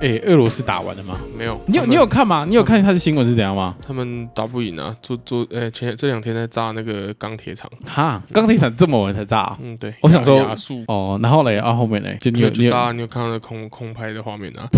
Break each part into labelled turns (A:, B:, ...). A: 哎，俄罗斯打完了吗？嗯
B: 没有，
A: 你有
B: 他们
A: 你有看吗？你有看他的新闻是怎样吗？
B: 他们打不赢啊，昨昨呃前这两天在炸那个钢铁厂，
A: 哈，钢铁厂这么晚才炸啊、
B: 嗯对，
A: 我想说
B: 亚速，
A: 哦，然后嘞，啊后面嘞，就你
B: 你
A: 有
B: 有
A: 你
B: 就
A: 有
B: 炸，你有看到那空空拍的画面啊？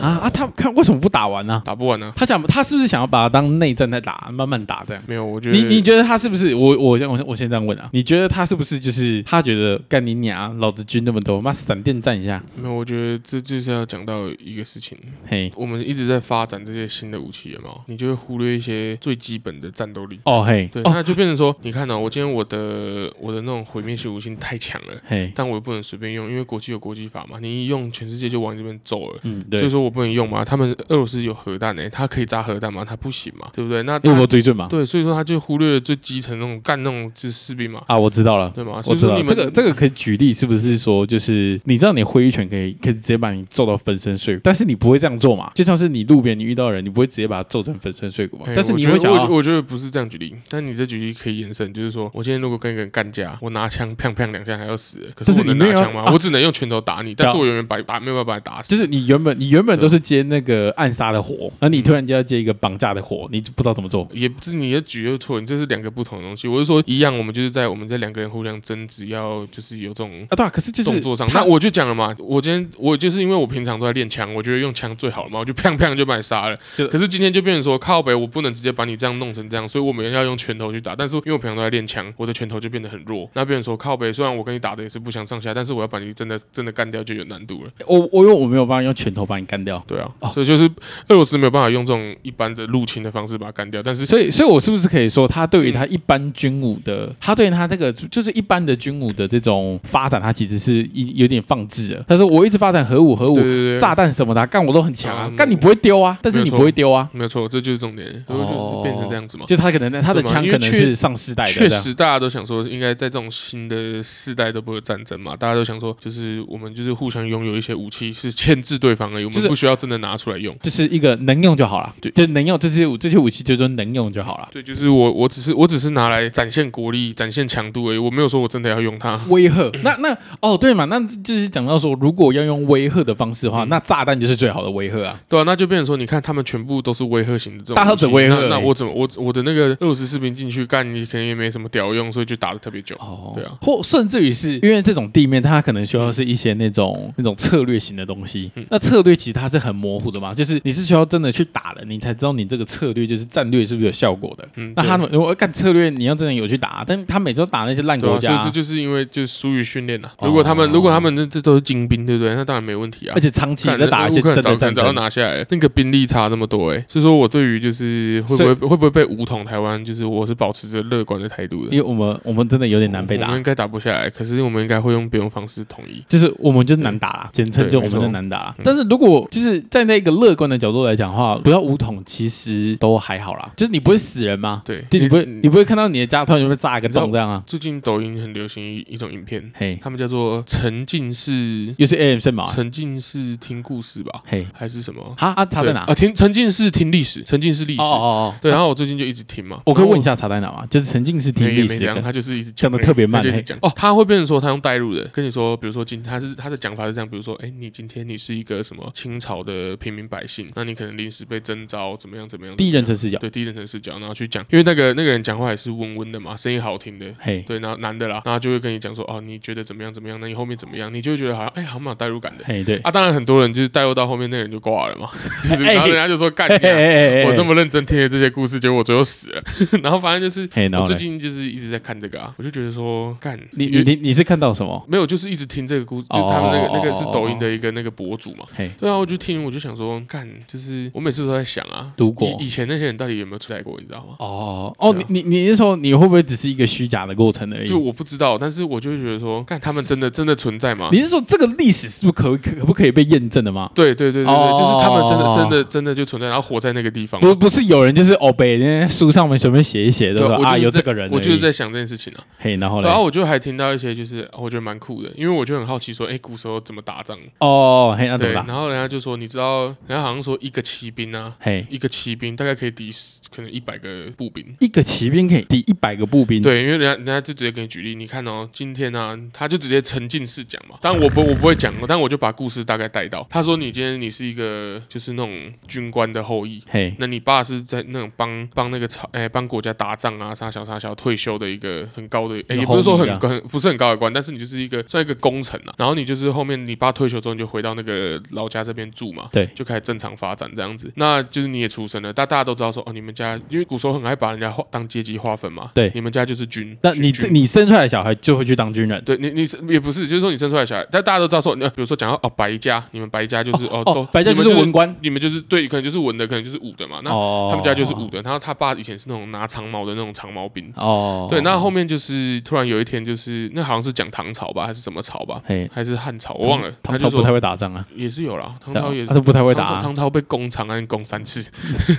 A: 啊啊，他看为什么不打完呢、
B: 打不完啊，
A: 他想他是不是想要把它当内战在打，慢慢打这样？
B: 没有，我觉得
A: 你你觉得他是不是我我先我先我先这样问啊？你觉得他是不是就是他觉得干你娘，老子军那么多，妈闪电战一下，
B: 没有，我觉得这就是要讲到一个事情，
A: 嘿
B: 我们一直在发展这些新的武器，有没有？你就会忽略一些最基本的战斗力。
A: 哦嘿
B: 对，
A: 哦
B: 那就变成说，你看啊呢、我今天我的我的那种毁灭性武器太强了，
A: 嘿
B: 但我又不能随便用，因为国际有国际法嘛，你一用全世界就往你这边走了。
A: 嗯
B: 所以
A: 对，
B: 说我不能用嘛，他们俄罗斯有核弹诶、欸他可以炸核弹吗？他不行嘛，对不对？那
A: 有
B: 他
A: 没有追准嘛？
B: 对，所以说他就忽略了最基层那种干那种就是士兵嘛，
A: 啊，我知道了。
B: 对吗？所
A: 我
B: 以
A: 知
B: 说
A: 道
B: 你
A: 了
B: 们
A: 这个这个可以举例，是不是说就是你知道你挥一拳可以可以直接把你揍到粉身碎骨，但是你不会这样做嘛？就像是你路边你遇到人，你不会直接把他揍成粉身碎骨嘛
B: 哎？
A: 但是
B: 我
A: 你
B: 觉
A: 会
B: 得
A: 想
B: 我觉
A: 要
B: 得我觉得不是这样举例，但你这举例可以延伸，就是说我今天如果跟一个人干架，我拿枪砰砰两下还要死了，可
A: 但
B: 是
A: 是
B: 我能
A: 你没
B: 拿
A: 有
B: 枪吗？
A: 啊
B: 我只能用拳头打你，但是
A: 对啊
B: 我永远把打没有办法把你打死。
A: 就是你原本你原本都是接那个暗杀的活，那
B: 嗯
A: 你突然间要接一个绑架的活，你就不知道怎么做。啊
B: 也不是你的举又错，你这是两个不同的东西。我是说，一样，我们就是在我们这两个人互相争执，要就是有这种
A: 啊，对啊，可是就是
B: 动作上。
A: 他
B: 那我就讲了嘛，我今天我就是因为我平常都在练枪，我觉得用枪最好了嘛，我就 砰砰就把你杀了
A: 就。
B: 可是今天就变成说靠北，我不能直接把你这样弄成这样，所以我们要用拳头去打。但是因为我平常都在练枪，我的拳头就变得很弱。那变成说靠北，虽然我跟你打的也是不相上下，但是我要把你真的真的干掉就有难度了。
A: 我我因为我没有办法用拳头把你干掉，
B: 对啊，
A: 哦
B: 所以就是俄罗斯没有办法用这种一般的入侵的方式把它干掉，但是
A: 所以所以我是不是可以说，他
B: 嗯
A: 对于他一般军武的，他对于他这个就是一般的军武的这种发展，他其实是一有点放置了。他说我一直发展核武核
B: 对
A: 武。
B: 对对。
A: 炸弹什么的啊、干我都很强啊
B: 嗯，
A: 干你不会丢啊，但是你
B: 没有错
A: 不会丢啊，
B: 没有错，这就是重点。
A: 哦
B: 我就觉得是变成这样子嘛。
A: 就是他可能他的枪
B: 对嘛因为
A: 可能是上世代的，
B: 确，实，大家都想说，应该在这种新的世代都不会有战争嘛。大家都想说，就是我们就是互相拥有一些武器，是牵制对方而已，我
A: 就
B: 们
A: 是
B: 不需要真的拿出来用。
A: 就是一个能用就好了，
B: 对
A: 就是能用这些武这些武器就说能用就好了，
B: 对，就是我，我只是我只是拿来展现国力、展现强度而已，我没有说我真的要用它。
A: 威 吓。那那哦对嘛，那就是讲到说，如果要用威吓的方式的话，
B: 嗯
A: 那炸弹就是最好的威吓啊。
B: 对啊，那就变成说，你看他们全部都是威吓型的这种武器，
A: 大家都只威吓欸
B: 那那
A: 而已
B: 我怎么我我的那个俄罗斯士兵进去干，你肯定也没什么屌用，所以就打的特别久。
A: 哦
B: 对啊，
A: 或甚至于是因为这种地面，它可能需要是一些那种那种策略型的东西。
B: 嗯
A: 那策略其实它是很模糊的嘛，就是你是需要真的去打了，你才知道你这个策略就是战略是不是有效果的。
B: 嗯，
A: 那
B: 对
A: 他们如果干策略，你要真的有去打，但他每周打那些烂
B: 对
A: 国
B: 啊，所以
A: 家
B: 这，就是因为就是疏于训练呐。啊
A: 哦
B: 如果他们如果他们这这都是精兵，对不对？那当然没问题啊
A: 而。且长期
B: 看
A: 在打一些
B: 乌克兰
A: 真
B: 早
A: 的战
B: 早就
A: 争。
B: 拿下来了，那个兵力差那么多哎、所以说我对于就是会不
A: 所
B: 会
A: 以
B: 会不会被武统台湾，就是我是保持着乐观的态度的
A: 因。为我们我们真的有点难被
B: 我们
A: 打
B: 应，该打不下来，可是我们应该会用别种方式统一。
A: 就是我们就是难打啦，简称就我们
B: 对没
A: 就
B: 错
A: 难打啦
B: 嗯。
A: 但是如果就是站在一个乐观的角度来讲的话，不要武统其实都还好啦，就是你不会死人吗？
B: 对，
A: 就你不会，
B: 你
A: 你不会看到你的家突然就被炸一个洞这样啊？
B: 最近抖音很流行一一种影片，
A: 嘿，
B: 他们叫做沉浸式
A: 又是 AM 圣马，
B: 沉浸式听故事吧，
A: 啊嘿，
B: 还是什么？
A: 哈啊，查在哪？
B: 对啊？听沉浸式听历史，沉浸式历史
A: 哦。哦哦，
B: 对，然后我最近就一直听嘛，
A: 我可以问一
B: 下。
A: 下查在哪吗？就是沉浸式听
B: 没也
A: 历
B: 没
A: 史
B: 讲，
A: 的，
B: 他就是一直
A: 讲得特别慢哎
B: 他就一直
A: 嘿
B: 讲哦，他会变成说他用代入的跟你说，比如说今他是他的讲法是这样，比如说哎，你今天你是一个什么清朝的平民百姓，那你可能临时被征召，怎么样怎么样，
A: 第一人
B: 怎
A: 称
B: 么
A: 视角
B: 样，，对，第一人称视角，然后去讲，因为那个那个人讲话也是温温的嘛，声音好听的。
A: 嘿，
B: 对，然后男的啦，然后就会跟你讲说，哦，你觉得怎么样怎么样？那你后面怎么样？你就会觉得好像，哎，好像蛮有代入感的
A: 嘿，对，
B: 啊。当然，很多人就是代入到后面，那个人就挂了嘛， 就是
A: 哎
B: 然后人家就说，干
A: 嘿
B: 你
A: 嘿
B: 啊、
A: 嘿
B: 我那
A: 嘿，
B: 么认真听了这些故事，结果我最后死了。 然后反正就是
A: 嘿，然
B: 我
A: 后
B: 最
A: 呢？
B: 近就是一直在看这个啊，我就觉得说，干
A: 你
B: 因
A: 你
B: 为
A: 你你是看到什么？
B: 没有，就是一直听这个故事，就是他们那个
A: 哦
B: 那个是抖音的一个那个博主嘛。
A: 嘿，
B: 对啊，我就听，我就想说，干，就是我每次都在想啊，
A: 读过
B: 以以前那些人到底有没有出来过，你知道吗？
A: 哦哦，
B: 对
A: 你
B: 啊
A: 你你那时候你会不会只是一个虚假的过程而已
B: 就？我不知道，但是我就会觉得说，干，他们真的真的存在吗？
A: 你是说这个历史是不是可可可不可以被验证的吗？
B: 对对对对
A: 哦
B: 对，就是他们真的真的真的就存在，然后活在那个地方。
A: 不不是有人就是哦，被人家书上面随便写一写，对
B: 对啊，
A: 吧？
B: 我
A: 啊，
B: 就是
A: 有
B: 在
A: 这个人而已，
B: 我就是在想这件事情啊。
A: 嘿，然后嘞
B: 然，后我就哦还听到一些，就是我觉得蛮酷的，因为我就很好奇说，哎，古时候怎么打仗？
A: 哦，嘿，那怎
B: 对，
A: 么
B: 然
A: 办？
B: 后人家就说，你知道，人家好像说一个骑兵啊，
A: 嘿，
B: 一个骑兵大概可以抵十可能一百个步兵。
A: 一个骑兵可以抵一百个步兵，，
B: 对，因为人家人家就直接给你举例，你看哦，今天啊，他就直接沉浸式讲嘛。当然我不我不会讲，但我就把故事大概带到。他说你今天你是一个就是那种军官的后裔，
A: 嘿，
B: 那你爸是在那种帮帮那个朝哎帮国家打仗啊，杀小杀小退休的一个很高的，哎
A: 有
B: 也不是说
A: 红领
B: 很
A: 啊
B: 高很不是很高的官，但是你就是一个算一个功臣啊。然后你就是后面你爸退休之后，你就回到那个老家这边住嘛，
A: 对
B: 就开始正常发展这样子。那就是你也出生了，但大家都知道说哦，你们家因为古时候很爱把人家划当阶级划分嘛，
A: 对
B: 你们家就是军，
A: 那
B: 军
A: 你
B: 军
A: 这你生出来的小孩就会去当军人，
B: 对你，你也不是，就是说你生出来的小孩，但大家都知道说，呃比如说讲到哦白家，你们白家就是哦
A: 哦
B: 都
A: 白家
B: 你们
A: 就是文官，
B: 你们就是对，可能就是文的，可能就是武的嘛。那
A: 哦，
B: 他们家就是武的，然后他爸以前是那种拿长矛的那种长矛兵。
A: 哦，
B: 对，那后面就是突然有一天，就是那好像是讲唐朝吧，还是什么朝吧，
A: 嘿，
B: 还是汉朝，我忘了。他
A: 唐
B: 就
A: 朝不太
B: 说
A: 会打仗啊，
B: 也是有啦，唐
A: 对
B: 朝
A: 啊
B: 也是
A: 他都不太会打
B: 唐朝
A: 啊，
B: 唐朝被攻长安攻三次，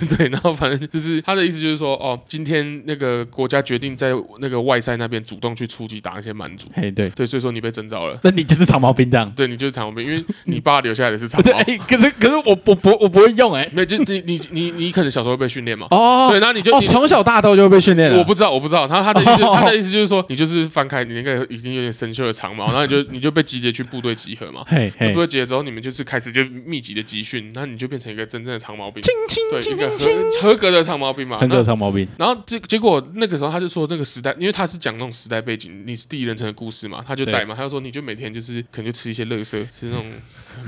B: 对，然后反正就是他的意思就是说，哦，今天那个国家决定在那个外塞那边主动去出击打那些蛮族，
A: 嘿，对，
B: 对，所以说你被征召了。
A: 那你就是长毛兵这样，
B: 对，你就是长毛兵，因为你爸留下来的是长
A: 对，
B: 毛
A: 哎。，可是可是我我不我不会用哎，
B: 没有，就你你你你可能小时候被训练嘛。
A: 哦，
B: 对，那你就
A: 哦，
B: 你
A: 从小大到就会被训练了，
B: 我不知道，我不知道。他他的意 思，
A: 哦
B: 他的意思就是说，你就是翻开你那个已经有点生锈的 长矛，然后你就你就被集结去部队集合嘛。
A: 嘿嘿
B: 部，队集合之后，你们就是开始就密集的集训，那你就变成一个真正的长毛兵，
A: 亲亲
B: 对，一
A: 亲
B: 个
A: 亲亲，嗯
B: 合合格的长毛兵嘛。
A: 很
B: 那
A: 多长毛兵，
B: 然后结结果那个时候他就说那个时代，因为他是讲那种时代背景，你是第一人称的故事嘛，他 就带嘛，他就说你就每天就是可能就吃一些垃圾，吃那种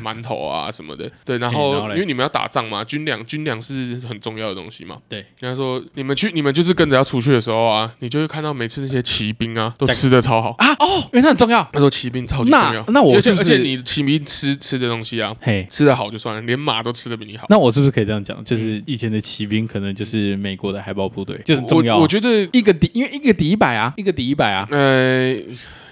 B: 馒头啊什么的，对，然
A: 嗯
B: 后
A: 然后嘞
B: 因为你们要打仗嘛，军粮军粮是很重要的东西嘛，
A: 对，
B: 他说你们去你们就是跟着要出去的时候啊，你就会看到每次那些骑兵啊都吃的超好。
A: 啊哦，因为它很重要，
B: 他说骑兵超级重要，
A: 那那我
B: 而且
A: 是不
B: 而
A: 是
B: 且你骑兵吃吃的东西啊，
A: 嘿。
B: 吃的好就算了，连马都吃的比你好。
A: 那我是不是可以这样讲？就是以前的骑兵可能就是美国的海豹部队，就很重要啊。
B: 我我觉得，
A: 一个敌，因为一个敌一百啊，一个敌一百啊，
B: 呃，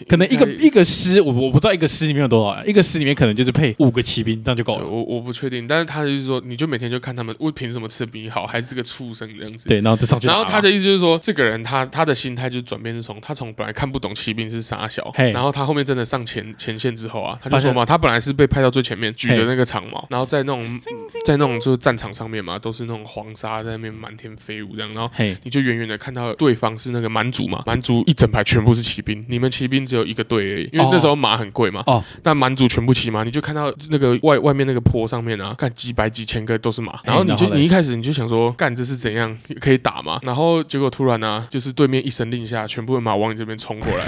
A: 可能一个
B: 应该
A: 一个师，我我不知道一个师里面有多少人，一个师里面可能就是配五个骑兵，这样就够
B: 对
A: 了。
B: 我我不确定，但是他就是说，你就每天就看他们，我凭什么吃比你好，还是个畜生这样子。。
A: 对，然后就上去打
B: 然
A: 了。
B: 后他的意思就是说，这个人他他的心态就是转变是从他从本来看不懂骑兵是傻小，
A: 嘿
B: 然后他后面真的上前前线之后啊，他就
A: 发
B: 说
A: 现
B: 嘛，他本来是被派到最前面举着
A: 嘿
B: 那个长矛，然后在那种
A: 嗯
B: 在那种就是战场上面嘛，都是那种黄沙在那边满天飞舞这样，然后
A: 嘿，
B: 你就远远的看到对方是那个蛮族嘛，蛮族一整排全部是骑兵，你们骑兵只有一个队而已，因为
A: 哦
B: 那时候马很贵嘛。
A: 哦，
B: 那蛮族全部骑马，你就看到那个外外面那个坡上面啊，干几百几千个都是马，然后你就
A: 哎然后嘞
B: 你一开始你就想说，干这是怎样可以打吗？然后结果突然啊，就是对面一声令下，全部的马往你这边冲过来，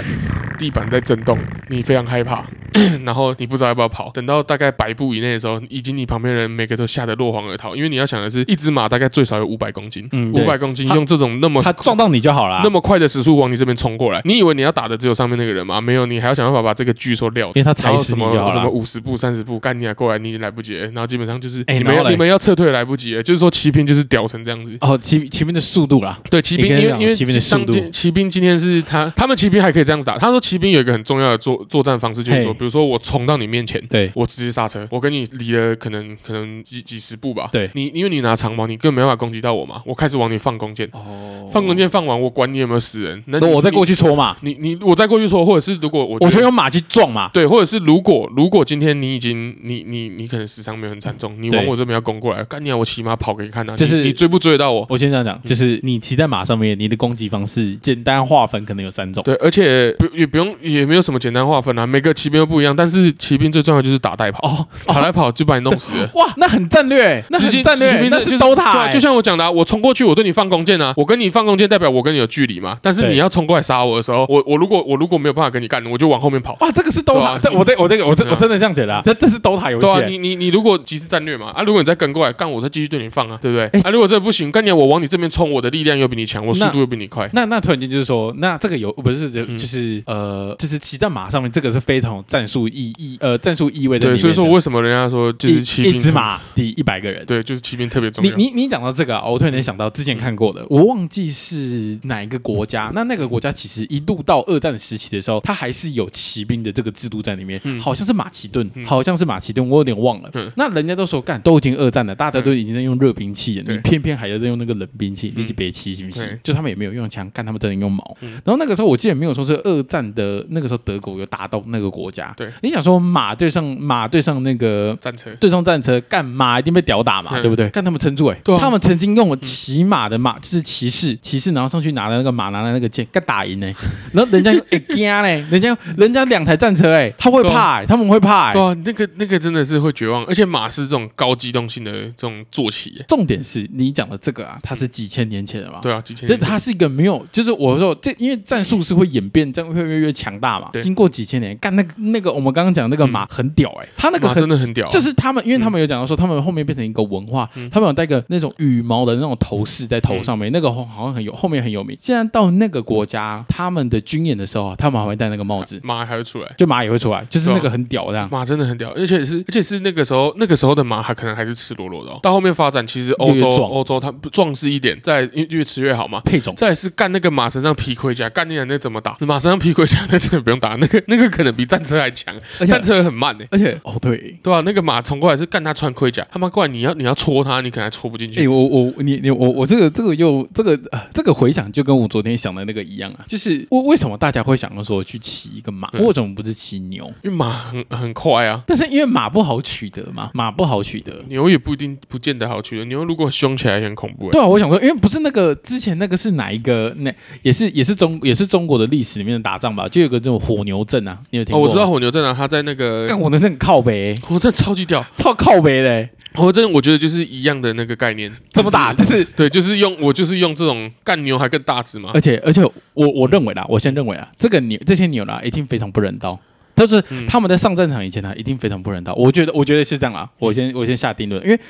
B: 地板在震动，你非常害怕， 然后你不知道要不要跑。等到大概百步以内的时候，以及你旁边的人每个都吓得落荒而逃，因为你要想的是，一只马大概最少有五百公斤，
A: 嗯
B: 五
A: 对
B: 百公斤
A: 它
B: 用这种那么
A: 他撞到你就好啊啦，
B: 那么快的时速往你这边冲过来，你以为你要打的只有上面那个人吗？没有，你还要想办法把这个巨兽撂倒，
A: 因为他踩
B: 然后
A: 死
B: 什
A: 你
B: 么
A: 就好了啊
B: 什么五十步、三十步，干你啊，过来你已经来不及了。然后基本上就是、
A: 哎
B: 你们
A: 然
B: 要
A: 后嘞
B: 你们要撤退来不及了，就是说骑兵就是屌成这样子。
A: 哦，骑骑兵的速度啦，
B: 对骑兵，
A: 你跟
B: 因
A: 他
B: 为
A: 讲
B: 因为
A: 骑兵的速度
B: 今骑兵今天是他，他们骑兵还可以这样子打。他说骑兵有一个很重要的作作战方式，就是说，
A: 嘿
B: 比如说我冲到你面前，
A: 对，
B: 我直接刹车，我跟你离了可能可能几几十步吧。
A: 对
B: 你，因为你拿长矛，你根本没办法攻击到我嘛。我开始往你放弓箭，
A: 哦
B: 放弓箭放完，我管你有没有死人。那
A: 那
B: 你
A: 我再
B: 你
A: 过去戳嘛，
B: 你你我再过去说，或者是如果我觉
A: 我
B: 得
A: 就用马去撞嘛，
B: 对，或者是如果如果今天你已经你你你可能死伤没有很惨重，你往
A: 对
B: 我这边要攻过来，干你啊！我骑马跑给你看啊！
A: 就是
B: 你你追不追得到我？
A: 我先这样讲，就是你骑在马上面，你的攻击方式简单划分可能有三种。
B: 对，而且不也不用也没有什么简单划分啊，每个骑兵都不一样，但是骑兵最重要就是打带跑，
A: 哦，
B: 打带跑就把你弄死了。
A: 哇，那很战略， 欸那
B: 直接
A: 很战
B: 骑
A: 略，
B: 兵
A: 那
B: 的就是对啊
A: DOTA，欸
B: 就像我讲的、啊，我冲过去，我对你放弓箭啊，我跟你放弓箭代表我跟你有距离嘛。但是
A: 对
B: 你要冲过来杀我的时候，我我如果我如果没有办法跟你干，我就往后面跑。
A: 哇，这个是
B: 对啊
A: DOTA，这我这我这个我这
B: 嗯
A: 我真的这样觉得啊，这这是 DOTA 游戏
B: 对啊，
A: 欸，
B: 你你你如果即时战略嘛，啊，如果你再跟过来干，我再继续对你放啊，对不对？
A: 哎
B: 啊，如果这不行，干你我往你这边冲，我的力量又比你强，我速
A: 那
B: 度又比你快。
A: 那那突然间就是说，那这个有不是就
B: 嗯
A: 就是、呃，就是骑在马上面，这个是非常有战术意义呃战术意味在里面
B: 对，
A: 的。
B: 所以说为什么人家说就是
A: 一
B: 骑
A: 一
B: 兵
A: 只，马抵一百个人。
B: 对，就是骑兵特别重
A: 你
B: 要。
A: 你你讲到这个、
B: 嗯
A: 啊，我突然间想到之前看过的，我忘记是哪一个国家。那那个国家其实一度到二战时期的时候，它还是有骑兵的这个制度在里面，
B: 嗯
A: 好像是马其顿，
B: 嗯
A: 好像是马其顿，我有点忘了。
B: 嗯
A: 那人家都说干都已经二战了，大家都已经在用热兵器了，
B: 对
A: 你偏偏还在用那个冷兵器，
B: 嗯
A: 你是别气行不行
B: 对？
A: 就他们也没有用枪，干他们真的用矛。
B: 嗯
A: 然后那个时候我记得没有说是二战的那个时候德国有打到那个国家，下。
B: 对，
A: 你想说马对上马对上那个
B: 战车，
A: 对上战车，干马一定被屌打嘛，
B: 嗯
A: 对不对？看他们撑住哎、
B: 对啊嗯
A: 他们曾经用骑马的马，就是骑士，骑士然后上去拿了那个马，拿了那个剑，干打 赢哎、然后人家又哎惊嘞，人家人家两台战车哎、他会怕、欸，他们会怕哎、
B: 对啊，那个那个真的是会绝望，而且马是这种高机动性的这种坐骑耶，
A: 重点是你讲的这个啊，它是几千年前的嘛，
B: 对啊，几千
A: 这
B: 年
A: 它是一个没有，就是我说这，因为战术是会演变，这样会越来越强大嘛。
B: 对嗯
A: 经过几千年，干那个那个我们刚刚讲那个马很屌哎、欸，它那个
B: 马
A: 很
B: 真的很屌啊，
A: 就是他们，因为他们有讲到说，他们后面变成一个文化，他们有戴个那种羽毛的那种头饰在头上面，那个好像很有，后面很有名。现在到那个国家，他们的军演的时候，他们还会戴那个帽子，
B: 马还会出来。
A: 就马也会出来，就是那个很屌这样。
B: 马真的很屌，而且是而且是那个时候那个时候的马，还可能还是赤裸裸的、哦。到后面发展，其实欧
A: 越
B: 洲
A: 来越壮
B: 欧洲它不壮士一点，在越越吃越好嘛。
A: 配种
B: 再来是干那个马身上皮盔甲，干你娘那怎么打？马身上皮盔甲那真的不用打，那个那个可能比战车还强，
A: 而且
B: 战车很慢呢、欸
A: 而且哦对，
B: 对啊，那个马冲过来是干他穿盔甲，他妈过来你要你要戳他，你可能还戳不进
A: 哎、
B: 去。
A: 我我你你我我这个这个又这个呃这个回想就跟我昨天想的那个一样啊，就是为为什么大家会想到说去骑一个马，
B: 嗯
A: 为什么不是骑牛？
B: 因为马很很快啊，
A: 但是因为马不好取得嘛，马不好取得，
B: 牛也不一定不见得好去，牛如果凶起来也很恐怖、欸。
A: 对啊，我想说，因为不是那个之前那个是哪一个？那也是也是中也是中国的历史里面的打仗吧？就有个这种火牛阵啊，你有听
B: 哦，
A: 过吗？
B: 我知道火牛阵啊，他在那个
A: 干火牛阵很靠北、欸，
B: 火牛阵超级屌，
A: 超靠北嘞、
B: 火牛阵我觉得就是一样的那个概念，
A: 怎么打？
B: 就是
A: 就是，
B: 对，就是用我就是用这种干牛还更大只嘛
A: 而，且而且我我认为啦，我先认为啊，这个牛这些牛啦，一定非常不人道。但是
B: 嗯
A: 他们在上战场以前啊呢、一定非常不人道。我觉得，我觉得是这样啊。我先我先下定论，因为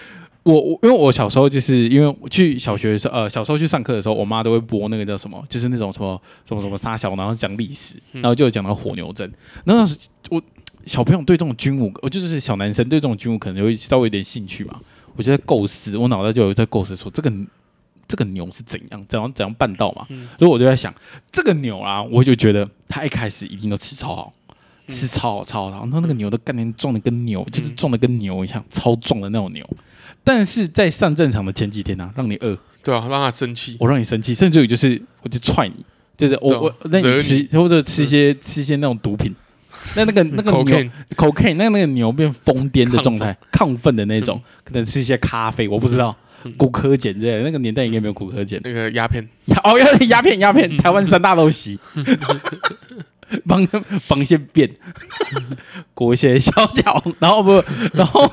A: 我我因为我小时候就是因为我去小学的时候，呃，小时候去上课的时候，我妈都会播那个叫什么，就是那种什么什么什么沙小，然后讲历史，然后就有讲到火牛阵。然后那时我小朋友对这种军武，我就是小男生对这种军武可能会稍微有点兴趣嘛。我就在构思，我脑袋就有在构思说这个这个牛是怎样怎样怎样办到嘛。所以我就在想，这个牛啊，我就觉得它一开始一定都吃超好。吃超好超好，然后那个牛的概念撞的跟牛，就是
B: 嗯
A: 撞的跟牛一样，超壮的那种牛。但是在上战场的前几天啊，让你饿，
B: 对啊，让他生气，
A: 我让你生气，甚至于就是我就踹你，就是
B: 对
A: 我
B: 啊
A: 我让
B: 惹
A: 你
B: 你
A: 吃或者吃一些吃一些那种毒品，那那 个那个
B: 口
A: 牛
B: K
A: 口 K 那那个牛变疯癫的状态，亢奋的那种，可能吃一些咖啡，我不知道
B: 嗯。
A: 骨科碱之类的，那个年代应该没有骨科碱。
B: 那个鸦片，
A: 哦，要鸦片，鸦
B: 嗯
A: 片，台湾三大陋 习，帮帮些变，裹一些小脚，然后 不，然后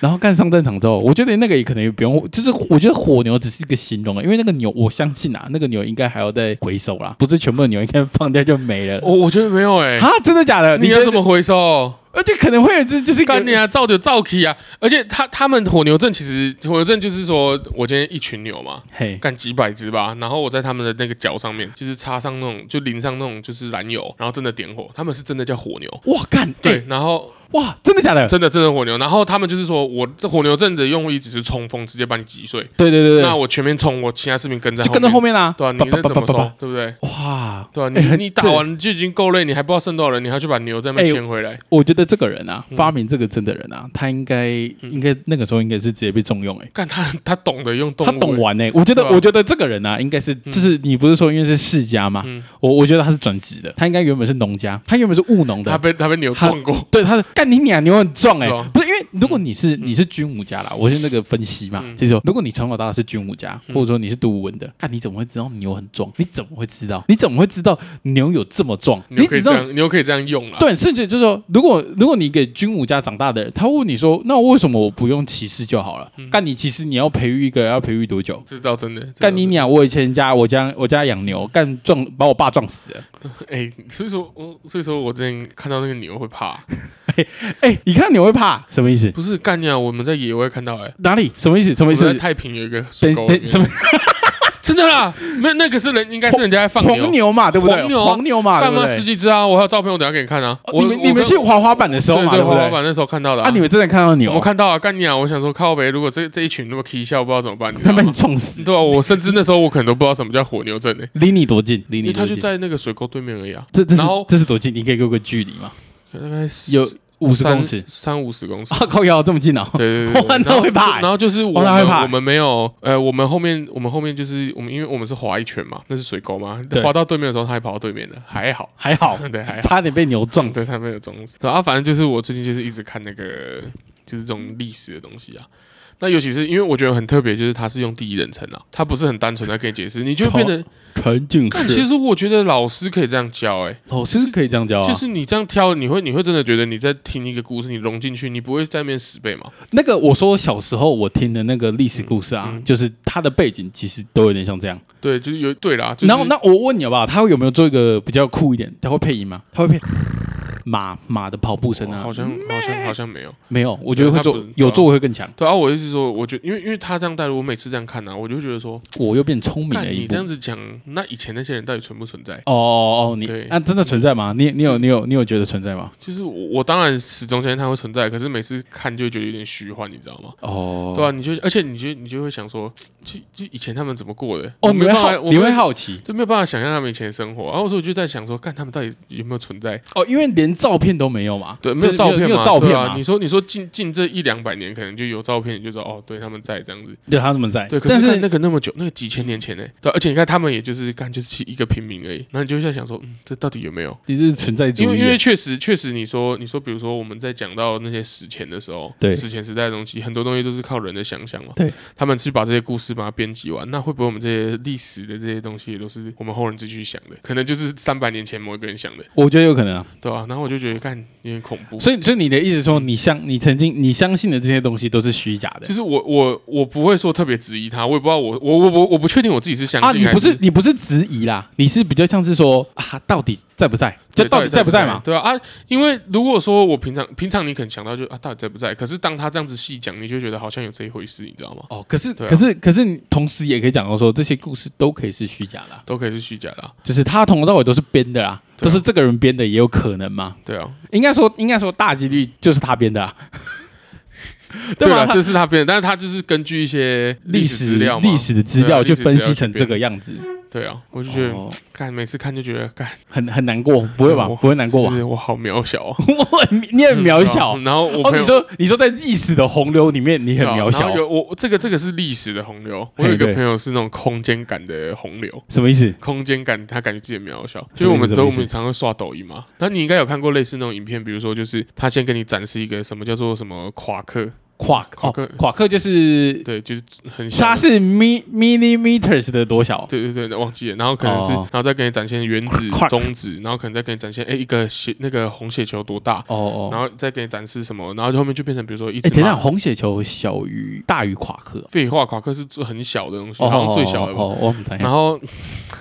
A: 然后干上战场之后，我觉得那个也可能也不用，就是我觉得火牛只是一个形容啊，因为那个牛，我相信啊，那个牛应该还要再回收啦，不是全部的牛应该放掉就没了。
B: 我我觉得没有哎、
A: 啊，真的假的？
B: 你
A: 觉
B: 要
A: 得
B: 怎么？回收？
A: 而且可能会有这就是一个
B: 干你啊，造就造起啊！而且他他们火牛阵其实火牛阵就是说我今天一群牛嘛，
A: 嘿，
B: 干几百只吧，然后我在他们的那个脚上面就是插上那种就淋上那种就是燃油，然后真的点火，他们是真的叫火牛。
A: 哇干，
B: 对
A: 哎，
B: 然后
A: 哇，真的假的？
B: 真的真的火牛，然后他们就是说我这火牛阵的用意只是冲锋，直接把你击碎。
A: 对对对
B: 那
A: 对，
B: 我前面冲，我其他士兵跟在
A: 就跟着后
B: 面，
A: 面啦。
B: 对啊，你那怎么收？对不对？
A: 哇，
B: 对啊，
A: 哎
B: 你
A: 很
B: 你打
A: 这
B: 完就已经够累，你还不知道剩多少人，你还去把牛在那边
A: 哎
B: 牵回来。
A: 我觉得这个人啊，
B: 嗯
A: 发明这个针的人啊，他应该应该那个时候应该是直接被重用哎、欸
B: 干他他懂得用动物
A: 他
B: 欸，
A: 懂玩哎、欸我觉得、
B: 对啊
A: 我觉得这个人啊，应该是就是你不是说因为是世家嘛，
B: 嗯
A: 我我觉得他是转职的，他应该原本是农家，他原本是务农
B: 他
A: 的。
B: 被他被牛撞过。
A: 对，他是干你娘，牛很壮哎、欸
B: 对啊
A: 不是因为如果你是、你是军武家啦，我是那个分析嘛，
B: 嗯
A: 就是说如果你从小到大是军武家，
B: 嗯
A: 或者说你是读文的，看你怎么会知道牛很壮？你怎么会知道？你怎么会知道牛有这么壮？
B: 你
A: 你
B: 可
A: 只
B: 以
A: 知道
B: 这样，你又可以这样用啦。
A: 对，甚至就是说，如果如果你给军武家长大的人，他问你说，那为什么我不用骑士就好了？干你骑士，你要培育一个要培育多久？
B: 这倒真的。嗯这倒
A: 干你
B: 真的！
A: 娘！我以前家我家我家养牛，干撞把我爸撞 死了。
B: 哎，所以说我所以说我之前看到那个牛会怕，
A: 哎、你看牛会怕什么意思？
B: 不是干你啊！我们在野外看到哎，
A: 哪里什么意思？什
B: 我
A: 么意
B: 们在
A: 思？
B: 太平有一个水
A: 等
B: 沟里面，
A: 等什么
B: 真的啦，没有那个是人应该是人家在放
A: 黄牛嘛，对不对？
B: 黄
A: 黄
B: 牛
A: 牛
B: 啊
A: 嘛，对
B: 干
A: 不
B: 嘛十
A: 对？
B: 几只啊！我还有照片，我等一下给你看啊。
A: 哦
B: 我
A: 你们
B: 我
A: 你们
B: 跟
A: 去滑滑板的时候嘛，
B: 对
A: 对不
B: 花花
A: 对？
B: 板那时候看到的
A: 啊，你们真的看到牛
B: 我，看到啊，干你啊！我想说靠北，如果这这一群如果 K 笑，不知道怎 么办，你知
A: 他
B: 道
A: 把你
B: 吗？
A: 撞 死，
B: 对啊，我甚至那时候我可能都不知道什么叫火牛症呢，
A: 离你多近？离
B: 因为
A: 你
B: 他
A: 多
B: 就
A: 近？
B: 在那个水沟对面而已啊，
A: 这这是
B: 然后
A: 这是多近？你可以给我个距离嘛？
B: 大概是
A: 有五十
B: 三
A: 公尺
B: 三五十公尺
A: 啊，，靠腰这么近哦，
B: 对对对，
A: 哇
B: 对
A: 那
B: 然后
A: 会怕欸
B: 然后就是我
A: 哇那会
B: 们
A: 怕欸
B: 我们没有，呃，我们后面我们后面就是我们，因为我们是划一圈嘛，那是水沟嘛
A: 对，
B: 划到对面的时候，他还跑到对面了，还好，
A: 还好，
B: 对，还好，
A: 差点被牛撞
B: 对
A: 死。
B: 他没有中死。然后、啊、反正就是我最近就是一直看那个就是这种历史的东西啊。那尤其是因为我觉得很特别，就是他是用第一人称啊，他不是很单纯的可以解释，你就会变
A: 哦
B: 得。
A: 陈景
B: 但其实我觉得老师可以这样教、欸，
A: 老师是可以这样教啊，
B: 就是你这样挑，你会你会真的觉得你在听一个故事，你融进去，你不会在那边死背嘛？
A: 那个我说我小时候我听的那个历史故事啊，
B: 嗯嗯
A: 就是它的背景其实都有点像这样。
B: 对，就是有对啦，就是
A: 然后那我问你好不好，他有没有做一个比较酷一点？他会配音吗？他会配马马的跑步声啊？
B: 哦好像好像好像没有。
A: 没有，我觉得会做
B: 对他不是
A: 有做会更强。
B: 对啊，我意思是说，我觉得因为因为他这样带路，我每次这样看啊，我就会觉得说，
A: 我又变聪明
B: 看
A: 了一
B: 你
A: 步
B: 这。样子讲，那以前那些人到底存不存在？
A: 哦哦哦，你
B: 对
A: 那真的存在吗？你你有你有你有觉得存在吗？
B: 就是我我当然始终相信他会存在，可是每次看就会觉得有点虚幻，你知道吗？
A: 哦，
B: 对啊，你就而且你就你就会想说，就就以前他们怎么过的？
A: 哦，
B: 我
A: 你
B: 没
A: 会
B: 办法
A: 好，
B: 我
A: 你会
B: 没有
A: 好奇
B: 就没有办法想象他们以前的生活。然后所以我就在想说，看他们到底有没有存在？
A: 哦，因为连照片都没有嘛，
B: 对，没
A: 就
B: 有
A: 是
B: 照片嘛，
A: 没有照片
B: 对
A: 嘛
B: 啊。，你说你说近近这一两百年，可能就有照片，你就说哦，对他们在这样子。
A: 对他们在，
B: 对，可
A: 但
B: 是
A: 是
B: 看那个那么久，那个几千年前呢、对，而且你看他们也就是干就是一个平民而已，然后你就会在想说，嗯，这到底有没有？
A: 你是存在主义
B: 因为
A: 耶，
B: 因为确实确实，你说你说，比如说我们在讲到那些史前的时候，
A: 对
B: 史前时代的东西，很多东西都是靠人的想象嘛，
A: 对，
B: 他们去把这些故事把它编辑完，那会不会我们这些历史的这些东西也都是我们后人自己去想的？可能就是三百年前某一个人想的，
A: 我觉得有可能啊。
B: 对吧、然后我就觉得看有点恐怖。
A: 所以，所以你的意思说，你相你曾经你相信的这些东西都是虚假
B: 其
A: 的
B: 实我我我不会说特别质疑他，我也不知道我我我我我不确定我自己是相
A: 啊？
B: 信
A: 你
B: 还
A: 不是你不是质疑啦，你是比较像是说啊，到底在不在？就
B: 对
A: 到底在不在嘛？
B: 对啊，啊，因为如果说我平常平常你可能想到就啊，到底在不在？可是当他这样子细讲，你就觉得好像有这一回事，你知道吗？
A: 哦，可是、
B: 对啊
A: 可是可是，你同时也可以讲到说，这些故事都可以是虚假的啊、
B: 都可以是虚假的、啊，
A: 就是他从头到尾都是编的啦，
B: 对啊
A: 都是这个人编的，也有可能嘛？
B: 对啊，
A: 应该说应该说大几率就是他编的啊，
B: 对
A: 吧？
B: 啊，
A: 他
B: 这是他编的，但是他就是根据一些
A: 历
B: 史资料嘛，
A: 历史的资料去
B: 对啊历史资料
A: 分析
B: 去
A: 成这个样子，
B: 对啊，我就觉得
A: 哦
B: 看、每次看就觉得看
A: 很很难过，不会吧？
B: 我
A: 不会难过吧
B: 哦就？是我好渺小哦，
A: 我很你 很渺小，
B: 然后我
A: 哦，
B: 朋
A: 你
B: 友。
A: 说你说在历史的洪流里面，你很
B: 对啊
A: 渺
B: 然
A: 小
B: 后，有我这个这个是历史的洪流，我
A: 嘿
B: 有一个
A: 对
B: 朋友是那种空间感的洪流，
A: 什么意思？
B: 空间感，他感觉自己很渺小。
A: 什么意思
B: 因为我们
A: 什么意思
B: 都我们常常刷抖音嘛，那你应该有看过类似那种影片，比如说就是他先给你展示一个什么叫做什么夸克，
A: 夸克
B: 夸克
A: 哦，夸克就是
B: 对，就是很小
A: 它
B: 的。
A: 是 mi millimeters 的多小？
B: 对对对，忘记了，然后可能是，
A: 哦
B: 然后再给你展现原子
A: 夸、克
B: 中子，然后可能再给你展现，哎，一个血那个红血球多大，
A: 哦
B: 然
A: 哦，
B: 后再给你展示什么，然后就后面就变成比如说一
A: 哎，
B: 只
A: 等一下，
B: 马。
A: 红血球小于大于夸克，
B: 废话，夸克是最很小的东西，好像最小的吧。
A: 哦，我们
B: 然
A: 猜
B: 后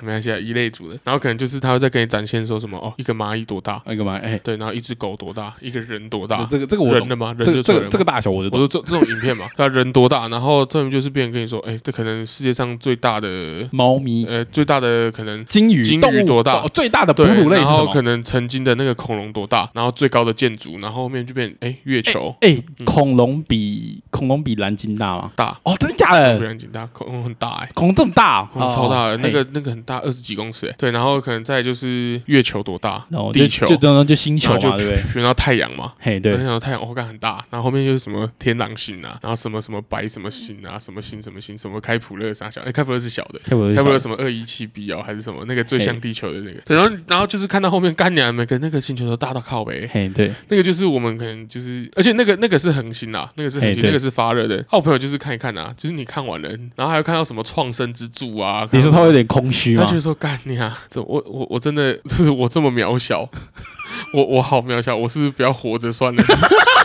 B: 没关系啊，一类组的，然后可能就是他会再给你展现说什么哦，一个蚂蚁多大，
A: 那个嘛，哎，
B: 对，然后一只狗多大，一个人多大，
A: 这个这个我
B: 啊人
A: 懂
B: 的，吗？人
A: 这
B: 就
A: 个
B: 出
A: 这个
B: 来了吗
A: 这个大小我就
B: 我
A: 懂。
B: 说这这种影片嘛，对啊，人多大？然后这种就是别人跟你说，哎、这可能世界上最大的，
A: 猫咪、
B: 呃，最大的可能
A: 金鱼、
B: 鲸鱼
A: 动物
B: 多大
A: 哦最大的哺
B: 对，
A: 乳类是
B: 然
A: 什
B: 后
A: 么？
B: 可能曾经的那个恐龙多大，然后最高的建筑，然后后面就变哎、月球
A: 哎，
B: 嗯
A: 恐龙比恐龙比蓝鲸大吗？
B: 大，
A: 哦，真的假
B: 不
A: 的？
B: 然挺大，恐龙很大哎、
A: 恐龙这么大哦，
B: 恐龙超大的，
A: 哦
B: 那，个那个很大，二十几公尺哎、对，然后可能再来就是月球多大
A: 哎然后，就
B: 地球，
A: 就就就星
B: 然
A: 球
B: 后
A: 嘛，
B: 就
A: 对不对？
B: 然后太阳嘛，
A: 嘿，对
B: 我，想到太阳我感很大，然后后面就是什么天狼星啊，然后什么什么白什么星啊，什么星什么星，什么开普勒啥小，哎、开普勒是小的，
A: 开普
B: 开普勒
A: 勒
B: 什么二一七 B 哦，还是什么那个最像地球的那个，对然后然后就是看到后面干娘每个那个星球都大到靠北，
A: 嘿，对，
B: 那个就是我们可能就是，而且那个那个是恒星啊，那个是恒
A: 嘿
B: 星，
A: 对
B: 那个是发热的。啊，我朋友就是看一看啊，就是你看完了，然后还有看到什么创生之柱啊，
A: 你说他
B: 看到
A: 会有点空虚
B: 他
A: 吗？
B: 就说：“干你啊！这我我我真的 就是我这么渺小， 我我好渺小，我是不是不要活着算了？”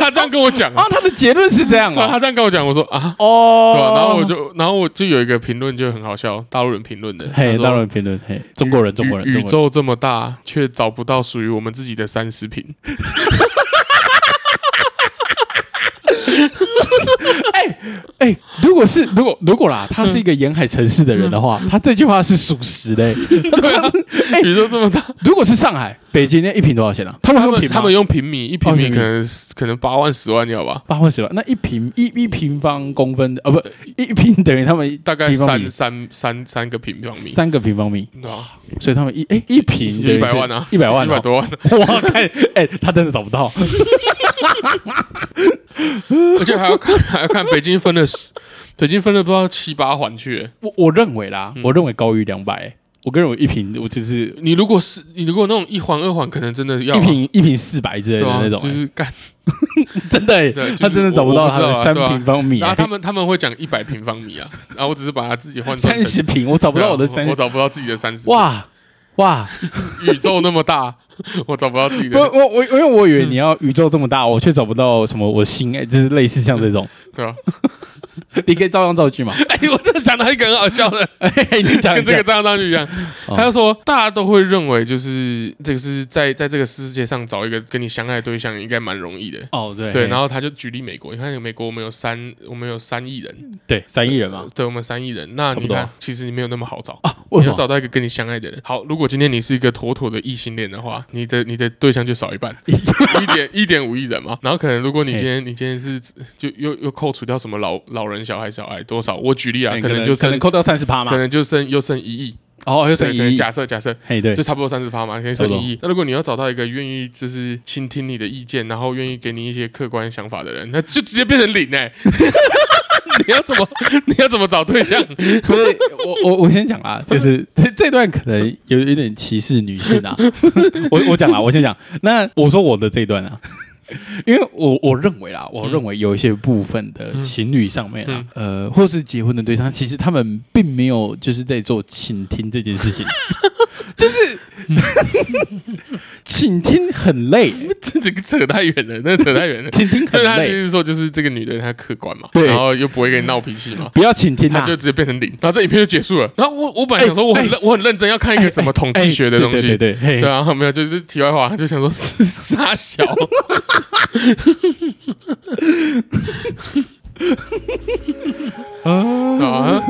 B: 他这样跟我讲啊，
A: 啊，他的结论是这样
B: 对啊
A: 哦。
B: 他这样跟我讲，我说啊，
A: 哦
B: 对吧、然后我就然后我就有一个评论就很好笑，大陆人评论的，他
A: 嘿，
B: 说
A: 当然评论嘿，中国人，中国人，
B: 宇
A: 中
B: 宇
A: 国人
B: 宙这么大，却找不到属于我们自己的三 十平。
A: 哎，哎，如果是如果如果啦，他是一个沿海城市的人的话，他这句话是属实的欸。
B: 对啊，
A: 哎
B: 宇宙这么大，
A: 如果是上海、北京，那一瓶多少钱啊？他们
B: 他
A: 用
B: 们
A: 瓶吗，
B: 他们用平米，一平
A: 哦
B: 米
A: 平米
B: 可能可能八万十万要吧，
A: 八万十万，那一平一一平方公分的，呃，不，一一平等于他们
B: 大概
A: 平方
B: 三
A: 米
B: 三三三个平方米，
A: 三个平方米，
B: 对啊，
A: 所以他们一哎一平
B: 就一百万啊，
A: 一百万
B: 一
A: 哦
B: 百，多万，
A: 哇，看，哎，他真的找不到，
B: 而且还要看还要看北京分了十，北京分了不知道七八环去欸。
A: 我我认为啦，
B: 嗯
A: 我认为高于两百，我个人我一瓶我就是
B: 你如果是你如果那种一环二环，可能真的要
A: 一
B: 啊
A: 瓶一瓶四百之类
B: 对
A: 的
B: 啊
A: 那，种
B: 就，是干。
A: 真的欸
B: 对啊就，是
A: 他真的找不到他
B: 我
A: 的
B: 我不知道啊
A: 三
B: 对啊
A: 平方米
B: 然后
A: 欸，
B: 他们他们会讲一百平方米啊，然后我只是把它自己换算
A: 三
B: 成
A: 十平，我找不到我的
B: 对啊
A: 三
B: 我，找不到自己的三十。哇，
A: 哇哇，
B: 宇宙那么大，我找不到自己
A: 我
B: 的，
A: 我我，因为我以
B: 嗯
A: 为你要宇宙这么大，我却找不到什么我心爱，就是类似像这 种，
B: 对啊 吧？
A: 你可以照样造句嘛，
B: 哎，我真的讲到一个很好笑的，
A: 哎，你讲
B: 跟
A: 一
B: 这个
A: 下，
B: 张张就一样。
A: 哦
B: 他就说，大家都会认为，就是这个是在在这个世界上找一个跟你相爱的对象，应该蛮容易的。
A: 哦对
B: 对，然后他就举例美国，你看美国我们有三，我们有三亿人，
A: 对三亿人嘛，
B: 对，我们三亿人。那
A: 差
B: 你
A: 不多
B: 看，其实你没有那么好找，
A: 为
B: 你
A: 什
B: 要
A: 么
B: 找到一个跟你相爱的人。好，如果今天你是一个妥妥的异性恋的话，你的你的对象就少 一半，一点一点五亿人嘛。然后可能如果你今天你今天是就又又扣除掉什么老老人、小孩、小孩多少，我举例啊，
A: 哎
B: 可能就
A: 可
B: 剩
A: 能扣掉三十趴嘛
B: 可，能就剩又剩一亿，
A: 哦又
B: 对
A: 剩
B: 可能
A: 一亿，
B: 假设假设。
A: 嘿对
B: 就，差不多三十趴嘛，可以
A: 差
B: 剩
A: 不多
B: 一亿。那如果你要找到一个愿意就是倾听你的意见，然后愿意给你一些客观想法的人， 那就直接变成零哎、 你要怎么 你要怎么找对象？
A: 不是我我我先讲啦，就是这这段可能有有点歧视女性啊。 我我讲啦，我先讲。那我说我的这一段啊， 因为我我认为啦，我认为有一些部分的
B: 嗯
A: 情侣上面啊，呃，或是结婚的对象，其实他们并没有就是在做倾听这件事情， 就是
B: 嗯
A: 倾听很累、
B: 这个扯太远了，那个扯太 远了。
A: 倾听
B: 所
A: 很
B: 以他就
A: 累，
B: 是说，就是这个女的她客观嘛，
A: 对
B: 然后又不会跟你闹脾 气嘛，
A: 不要倾听啊，
B: 她就直接变成零，然后这影片就结束了。然后我我本来想说
A: 哎
B: 我很
A: 哎
B: 认我很认真要看一个什么统计学的东
A: 哎对
B: 西，
A: 对对对，嘿
B: 对啊， 没有就是题外话，就想说是 傻小，啊，